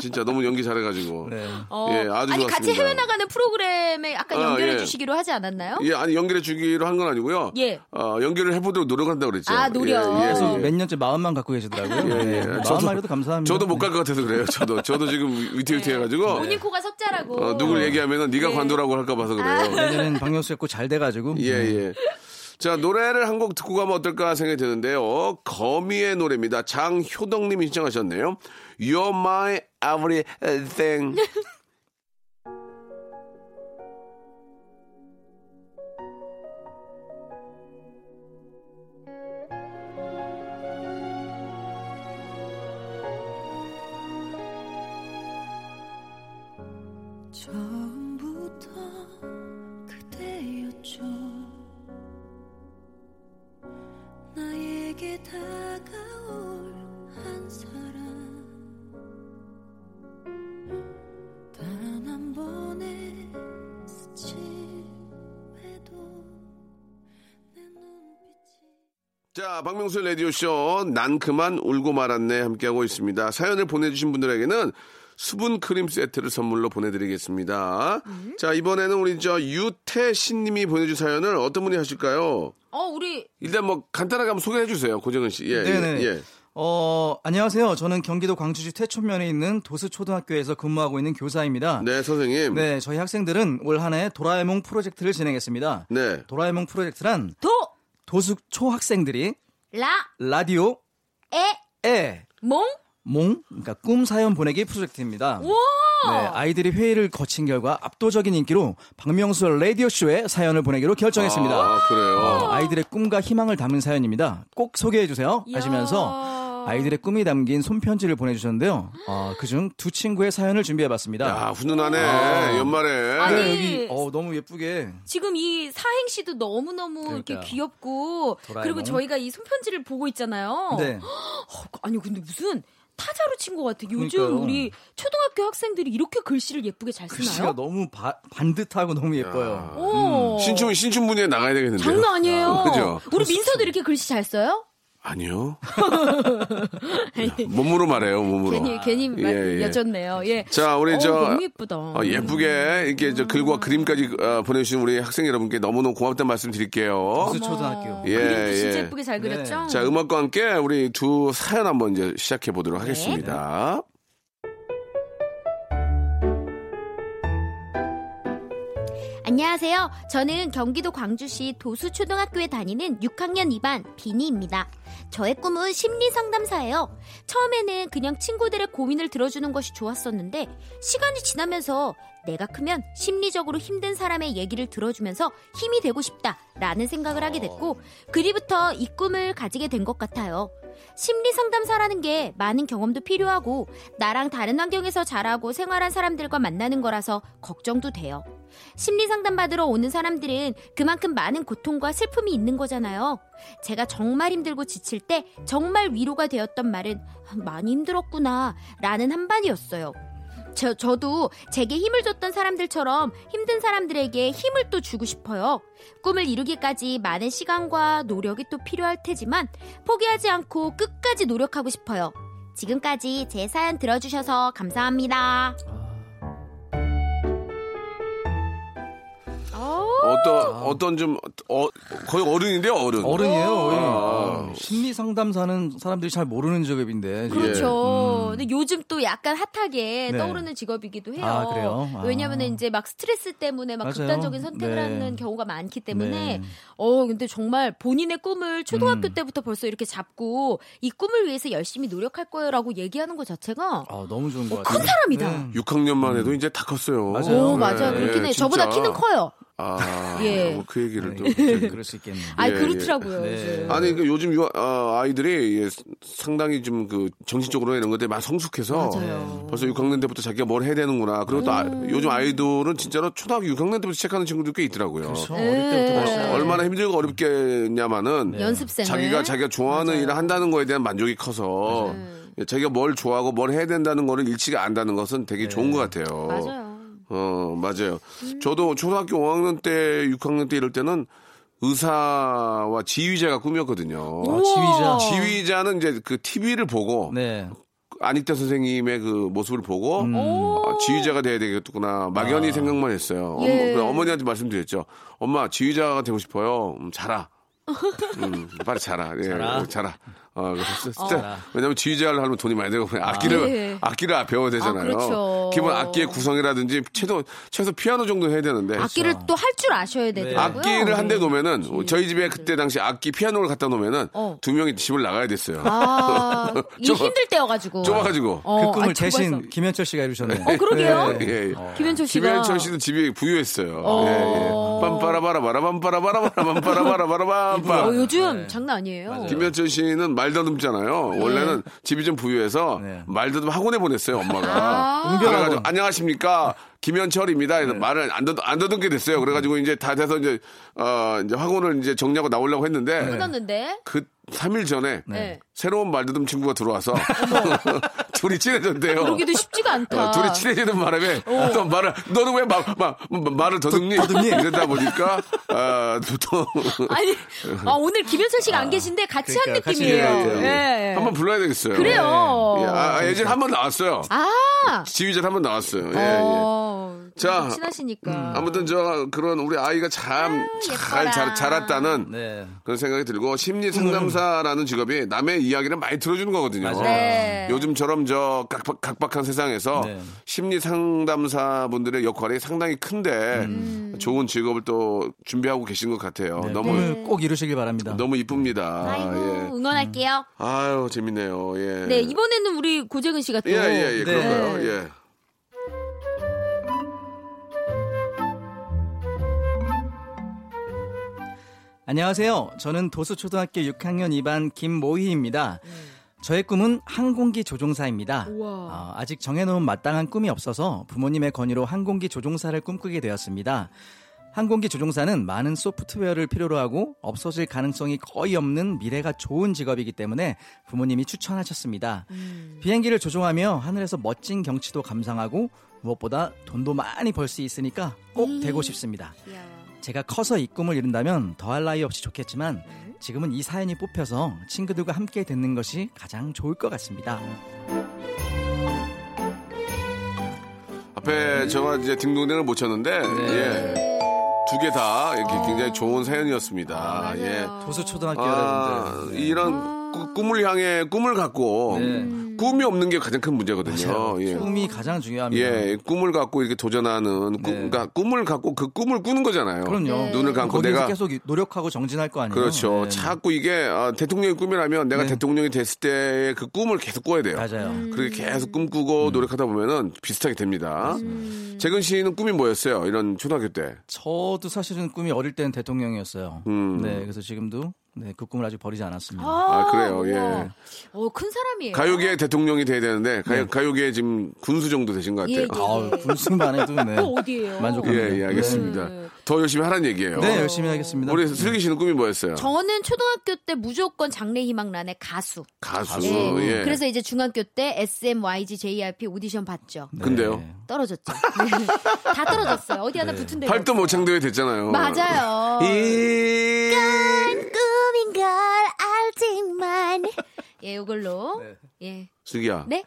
진짜 너무 연기 잘해가지고.
네.
어,
예, 아주
아니
좋았습니다.
같이 해외 나가는 프로그램에 약간
아,
연결해
예.
주시기로 하지 않았나요?
예, 아니 연결해 주기로 한 건 아니고요.
어? 예.
어, 연결을 해보도록 노력한다고 그랬죠.
아, 노력.
예,
그래서
예, 예.
몇 년째 마음만 갖고 계시더라고요.
예, 예.
네.
저도-
마음만이라도 감사합니다.
저도 못 갈 것 같아서 그래요. 저도 저도 지금 위태위태해가지고
본인 코가 석자라고.
예. 어, 누굴 얘기하면은
예.
네가 관두라고 할까 봐서
아.
그래요.
내년엔 박명수가 꼭 잘 돼가지고.
예 예. 자 노래를 한 곡 듣고 가면 어떨까 생각이 드는데요. 거미의 노래입니다. 장효덕님이 신청하셨네요. You're my everything.
처음부터 그대였죠 나에게 다가올 한 사람 단 한 번의 스침에도 내 눈빛이
자, 박명수 라디오쇼, 난 그만 울고 말았네 함께하고 있습니다. 사연을 보내주신 분들에게는 수분 크림 세트를 선물로 보내드리겠습니다.
네.
자, 이번에는 우리 저 유태신 님이 보내준 사연을 어떤 분이 하실까요?
어, 우리
일단 뭐 간단하게 한번 소개해 주세요. 고정은 씨. 예.
네네.
예. 예.
어, 안녕하세요. 저는 경기도 광주시 태촌면에 있는 도스초등학교에서 근무하고 있는 교사입니다.
네, 선생님. 네.
네, 저희 학생들은 올 한 해 도라에몽 프로젝트를 진행했습니다.
네.
도라에몽 프로젝트란
도,
도스초 학생들이
라,
라디오
에,
에
몽,
몽, 그러니까 꿈 사연 보내기 프로젝트입니다.
오!
네, 아이들이 회의를 거친 결과 압도적인 인기로 박명수 라디오 쇼에 사연을 보내기로 결정했습니다.
아, 그래요.
어, 아이들의 꿈과 희망을 담은 사연입니다. 꼭 소개해 주세요.
이야.
하시면서 아이들의 꿈이 담긴 손편지를 보내주셨는데요. 어, 그중 두 친구의 사연을 준비해봤습니다.
야, 훈훈하네.
아.
연말에.
아니,
네, 여기 어, 너무 예쁘게
지금 이 사행시도 너무너무 이렇게
그러니까요.
귀엽고
도라에몽.
그리고 저희가 이 손편지를 보고 [gasps] 있잖아요.
네.
어, 아니 근데 무슨 타자로 친 것 같아. 요즘
그러니까요.
우리 초등학교 학생들이 이렇게 글씨를 예쁘게 잘
글씨가
쓰나요?
너무 바- 반듯하고 너무 예뻐요.
오.
음, 신춘 신춘 분에 나가야 되겠는데요.
장난 아니에요.
그죠?
우리 민서도 이렇게 글씨 잘 써요?
아니요. 몸으로 말해요, 몸으로.
괜히 괜히 말
예, 예.
여쭸네요. 예.
자, 우리
어,
저
너무 예쁘다.
어, 예쁘게 이렇게 저 글과 그림까지 어, 보내주신 우리 학생 여러분께 너무너무 고맙다는 말씀 드릴게요.
무슨 초등학교.
예,
그림도 진짜
예.
예쁘게 잘
네.
그렸죠?
자, 음악과 함께 우리 두 사연 한번 이제 시작해
네.
보도록 하겠습니다.
안녕하세요. 저는 경기도 광주시 도수초등학교에 다니는 6학년 2반 비니입니다. 저의 꿈은 심리 상담사예요. 처음에는 그냥 친구들의 고민을 들어주는 것이 좋았었는데 시간이 지나면서 내가 크면 심리적으로 힘든 사람의 얘기를 들어주면서 힘이 되고 싶다라는 생각을 하게 됐고 그리부터 이 꿈을 가지게 된 것 같아요. 심리 상담사라는 게 많은 경험도 필요하고 나랑 다른 환경에서 자라고 생활한 사람들과 만나는 거라서 걱정도 돼요. 심리 상담 받으러 오는 사람들은 그만큼 많은 고통과 슬픔이 있는 거잖아요. 제가 정말 힘들고 지칠 때 정말 위로가 되었던 말은 많이 힘들었구나 라는 한마디였어요. 저, 저도 제게 힘을 줬던 사람들처럼 힘든 사람들에게 힘을 또 주고 싶어요. 꿈을 이루기까지 많은 시간과 노력이 또 필요할 테지만 포기하지 않고 끝까지 노력하고 싶어요. 지금까지 제 사연 들어주셔서 감사합니다.
어떤 어떤 좀 어, 거의 어른인데요, 어른.
어른이에요. 어른.
아.
심리 상담사는 사람들이 잘 모르는 직업인데.
음.
그렇죠. 근데 요즘 또 약간 핫하게
네.
떠오르는 직업이기도 해요.
아, 그래요? 아.
왜냐하면 이제 막 스트레스 때문에 막
맞아요.
극단적인 선택을
네.
하는 경우가 많기 때문에
네.
어 근데 정말 본인의 꿈을 초등학교
음.
때부터 벌써 이렇게 잡고 이 꿈을 위해서 열심히 노력할 거예요라고 얘기하는 것 자체가
아, 너무 좋은 것
어, 큰
같아요. 네.
사람이다.
6학년만 해도 이제 다 컸어요. 예,
맞아요.
오
네.
맞아요 그렇긴 해.
진짜.
저보다 키는 커요.
아,
예.
뭐그 얘기를 또.
네, [laughs] 그럴 수 있겠네요.
아
예,
그렇더라고요.
예.
요즘.
아니 그 요즘 유, 아, 아이들이 예, 상당히 좀 그 정신적으로 이런 것들이 많이 성숙해서
맞아요.
벌써 6학년 때부터 자기가 뭘 해야 되는구나. 그리고 또 아- 요즘 아이돌은 진짜로 초등학교 6학년 때부터 시작하는 친구도 꽤 있더라고요.
그렇죠.
네.
어릴 때부터 벌써.
네.
얼마나 힘들고 어렵겠냐마는
네.
연습생을
네. 자기가 자기가 좋아하는 일을 한다는 거에 대한 만족이 커서 예, 자기가 뭘 좋아하고 뭘 해야 된다는 거를 일치가 안다는 것은 되게
네.
좋은 것 같아요.
맞아요.
어, 맞아요. 저도 초등학교 5학년 때, 6학년 때 이럴 때는 의사와 지휘자가 꿈이었거든요.
아, 지휘자.
지휘자는 이제 그 TV를 보고
네.
안익태 선생님의 그 모습을 보고
음.
아, 지휘자가 돼야 되겠구나 막연히 생각만 했어요. 엄마,
아. 예.
그래서 어머니한테 말씀드렸죠. 엄마 지휘자가 되고 싶어요. 음, 자라. 음, 빨리 자라. 예,
자라.
자라. 어, 그래서 진짜 왜냐면 지휘자를 하면 돈이 많이 들고 그냥 악기를
예.
악기를 배워야 되잖아요.
아, 그렇죠.
기본 악기의 구성이라든지 최소 최소 피아노 정도 해야 되는데
악기를 또 할 줄 아셔야 되더라고요.
악기를 한 대
네.
놓으면은 저희 집에 그때 당시 악기 피아노를 갖다 놓으면은
어.
두 명이 집을 나가야 됐어요. [laughs]
아, 이
좁아-
힘들 때여가지고.
좁아가지고.
어,
그 꿈을
아, 좁아서.
대신 김현철 씨가 이루셨네요.
어, 그러게요.
예, 예.
김현철 씨가.
김현철 씨도 집이 부유했어요.
어.
예, 예. 빰빠라바라바라 빰빠라바라바라 빰빠라바라바라
어,
빰빠.
요즘 장난 아니에요.
김현철 씨는 말더듬잖아요. 원래는 집이 좀 부유해서
네.
말더듬 학원에 보냈어요, 엄마가.
아.
그래가지고 안녕하십니까 김현철입니다. 그래서 말을 안, 더듬, 안 더듬게 됐어요. 그래가지고 이제 다 돼서 이제 어 이제 학원을 이제 정리하고 나오려고 했는데
끊었는데.
그 3일 전에
네.
새로운 말듣음 친구가 들어와서 둘이 친해졌대요.
그러기도 쉽지가 않다. 어.
어, 둘이 친해지는 바람에 또 말을 너는 왜 막, 막, 막 말을 더듬니?
더듬니?
이러다 보니까 아, 보통 [laughs]
아니, 아, 오늘 김현철 씨가 안 계신데 같이 한
그러니까 같이
느낌이에요.
해야죠.
예.
한번 불러야 되겠어요.
그래요.
예, 아, 예전에 한번 나왔어요.
아,
지휘자 한번 나왔어요. 예, 예.
어,
자, 음,
친하시니까.
아무튼 저 그런 우리 아이가 참 잘
예뻐라.
자랐다는
네.
그런 생각이 들고 심리 상담사라는 직업이 남의 이야기를 많이 들어주는 거거든요.
맞아요.
네.
요즘처럼 저 각박, 각박한 세상에서
네.
심리 상담사 분들의 역할이 상당히 큰데
음.
좋은 직업을 또 준비하고 계신 것 같아요.
음. 네,
너무
꿈을 꼭 이루시길 바랍니다.
너무 이쁩니다.
아이고,
예.
응원할게요.
아유 재밌네요. 예.
네, 이번에는 우리 고재근 씨가 또.
예, 예, 예,
네.
그런가요? 예.
안녕하세요. 저는 도수초등학교 6학년 2반 김모희입니다. 저의 꿈은 항공기 조종사입니다. 어, 아직 정해놓은 마땅한 꿈이 없어서 부모님의 권유로 항공기 조종사를 꿈꾸게 되었습니다. 항공기 조종사는 많은 소프트웨어를 필요로 하고 없어질 가능성이 거의 없는 미래가 좋은 직업이기 때문에 부모님이 추천하셨습니다. 비행기를 조종하며 하늘에서 멋진 경치도 감상하고 무엇보다 돈도 많이 벌 수 있으니까 꼭 되고 싶습니다. 제가 커서 이 꿈을 이룬다면 더할 나위 없이 좋겠지만
네.
지금은 이 사연이 뽑혀서 친구들과 함께 듣는 것이 가장 좋을 것 같습니다.
아.
네.
앞에 제가 이제 딩동댕을 못 쳤는데
네.
예. 두 개 다 이렇게
어.
굉장히 좋은 사연이었습니다.
아,
예.
도수초등학교
아,
여러분들.
이런 꾸- 꿈을 향해 꿈을 갖고
음.
네.
꿈이 없는 게 가장 큰 문제거든요. 예.
꿈이 가장 중요합니다.
예, 꿈을 갖고 이렇게 도전하는 꿈,
네.
그러니까 꿈을 갖고 그 꿈을 꾸는 거잖아요.
네.
그럼요.
눈을 감고
거기에서
내가
계속 노력하고 정진할 거 아니에요.
그렇죠.
네.
자꾸 이게 아, 대통령의 꿈이라면 내가
네.
대통령이 됐을 때의 그 꿈을 계속 꿔야 돼요.
맞아요.
음.
음.
그렇게 계속 꿈꾸고 노력하다 보면은 비슷하게 됩니다. 재근 씨는 꿈이 뭐였어요? 이런 초등학교 때.
저도 사실은 꿈이 어릴 때는 대통령이었어요.
음.
네, 그래서 지금도 네, 그 꿈을 아직 버리지 않았습니다.
아, 그래요. 예.
어, 큰 사람이에요.
가요계 대통령이 돼야 되는데 가요,
네.
가요계에 지금 군수 정도 되신 것 같아요.
예, 예.
아우, 군수만 해도 네.
또 어디예요? 네.
만족합니다.
예, 예, 알겠습니다. 더 열심히 하라는 얘기예요.
네, 열심히 하겠습니다.
우리 슬기 씨는 꿈이 뭐였어요?
저는 초등학교 때 무조건 장래희망란의 가수.
가수.
예.
예.
그래서 이제 중학교 때 SMYG JRP 오디션 봤죠.
네.
근데요?
떨어졌죠. [laughs] 네. 다 떨어졌어요. 어디 하나 붙은 데가
팔도 모창대회 됐잖아요.
네. 맞아요.
이...
꿈인 걸 알지만 예, 요걸로
네.
예.
슬기야.
네?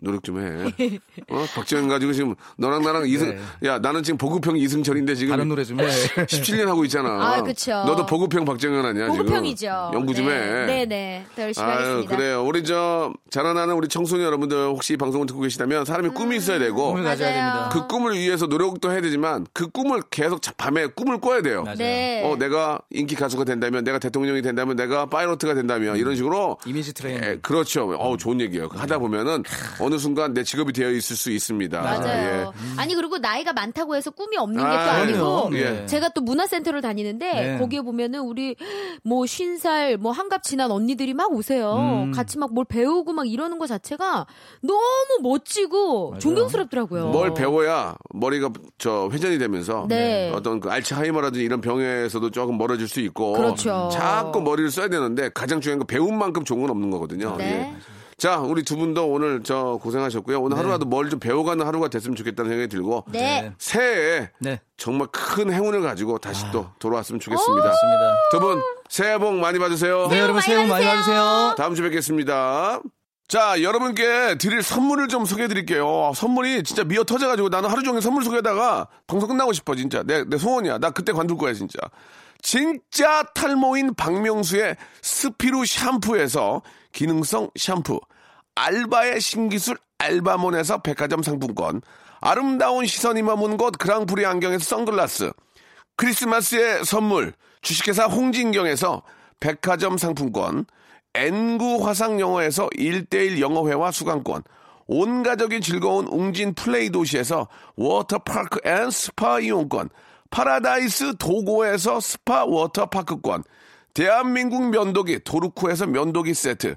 노력 좀
[laughs]
해. 어? 박지현 가지고 지금 너랑 나랑 이승, 야, 나는 지금 보급형 이승철인데 지금.
네. 다른 노래 좀 해.
17년 하고 있잖아.
아, 그쵸.
너도 보급형 박정현 아니야, 지금?
보급형이죠.
연구 좀
네.
해.
네, 네. 더 열심히
아유,
하겠습니다.
그래요. 우리 저, 자라나는 우리 청소년 여러분들 혹시 이 방송을 듣고 계시다면 사람이
음.
꿈이 있어야 되고,
꿈을 가져야
맞아요.
됩니다.
그 꿈을 위해서 노력도 해야 되지만, 그 꿈을 계속 자- 밤에 꿈을 꿔야 돼요.
맞아요.
네.
어, 내가 인기 가수가 된다면, 내가 대통령이 된다면, 내가 파이로트가
음.
된다면, 이런 식으로
이미지 트레이닝.
음.
예, 그렇죠. 어, 좋은 얘기예요. 하다 보면은 어느 순간 내 직업이 되어 있을 수 있습니다.
맞아요.
예.
아니 그리고 나이가 많다고 해서 꿈이 없는 게 또
아,
아, 니고
그럼요. 예.
제가 또 문화센터를 다니는데
네.
거기에 보면은 우리 뭐 쉰살 뭐 한갑 지난 언니들이 막 오세요. 같이 막 뭘 배우고 막 이러는 거 자체가 너무 멋지고 존경스럽더라고요.
뭘 배워야 머리가 저 회전이 되면서
어. 네.
어떤 그 알츠하이머라든지 이런 병에서도 조금 멀어질 수 있고
그렇죠.
자꾸 머리를 써야 되는데 가장 중요한 건 배운 만큼 좋은 건 없는 거거든요.
네.
예. 자, 우리 두 분도 오늘 저 고생하셨고요. 오늘 하루라도 뭘 좀 배워가는 하루가 됐으면 좋겠다는 생각이 들고
네.
새해에
네.
정말 큰 행운을 가지고 다시 또 돌아왔으면 좋겠습니다.
맞습니다.
두 분 새해 복 많이 받으세요.
네, 여러분 새해 복 많이 받으세요.
다음 주에 뵙겠습니다. 자, 여러분께 드릴 선물을 좀 소개해 드릴게요. 선물이 진짜 미어 터져가지고 나는 하루 종일 선물 소개하다가 방송 끝나고 싶어, 진짜. 내, 내 소원이야. 나 그때 관둘 거야, 진짜. 진짜 탈모인 박명수의 스피루 샴푸에서 기능성 샴푸. 알바의 신기술 알바몬에서 백화점 상품권. 아름다운 시선이 머문 곳 그랑프리 안경에서 선글라스. 크리스마스의 선물 주식회사 홍진경에서 백화점 상품권 N구 화상영어에서 1대1 영어회화 수강권 온가족이 즐거운 웅진 플레이 도시에서 워터파크 앤 스파 이용권 파라다이스 도고에서 스파 워터파크권 대한민국 면도기 도르코에서 면도기 세트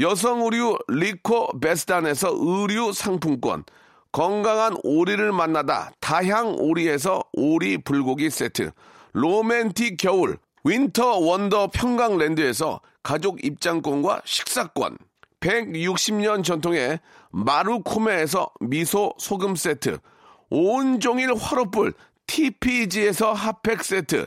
여성 의류 리코 베스단에서 의류 상품권, 건강한 오리를 만나다 다향 오리에서 오리 불고기 세트, 로맨틱 겨울 윈터 원더 평강랜드에서 가족 입장권과 식사권, 160년 전통의 마루코메에서 미소 소금 세트, 온종일 화로불 TPG에서 핫팩 세트,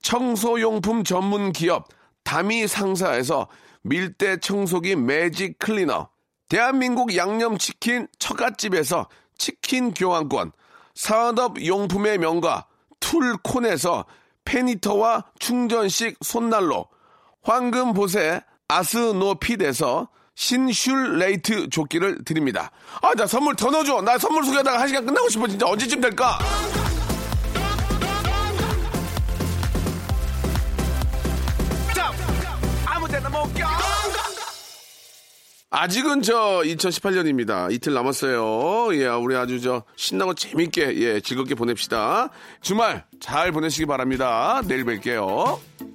청소용품 전문 기업 다미 상사에서 밀대 청소기 매직 클리너, 대한민국 양념치킨 처갓집에서 치킨 교환권, 산업용품의 명가 툴콘에서 페니터와 충전식 손난로, 황금보세 아스노핏에서 신슐레이트 조끼를 드립니다. 아, 나 선물 더 넣어줘. 나 선물 소개하다가 한 시간 끝나고 싶어. 진짜 언제쯤 될까? 아직은 저 2018년입니다. 이틀 남았어요. 예, 우리 아주 저 신나고 재밌게 예, 즐겁게 보냅시다. 주말 잘 보내시기 바랍니다. 내일 뵐게요.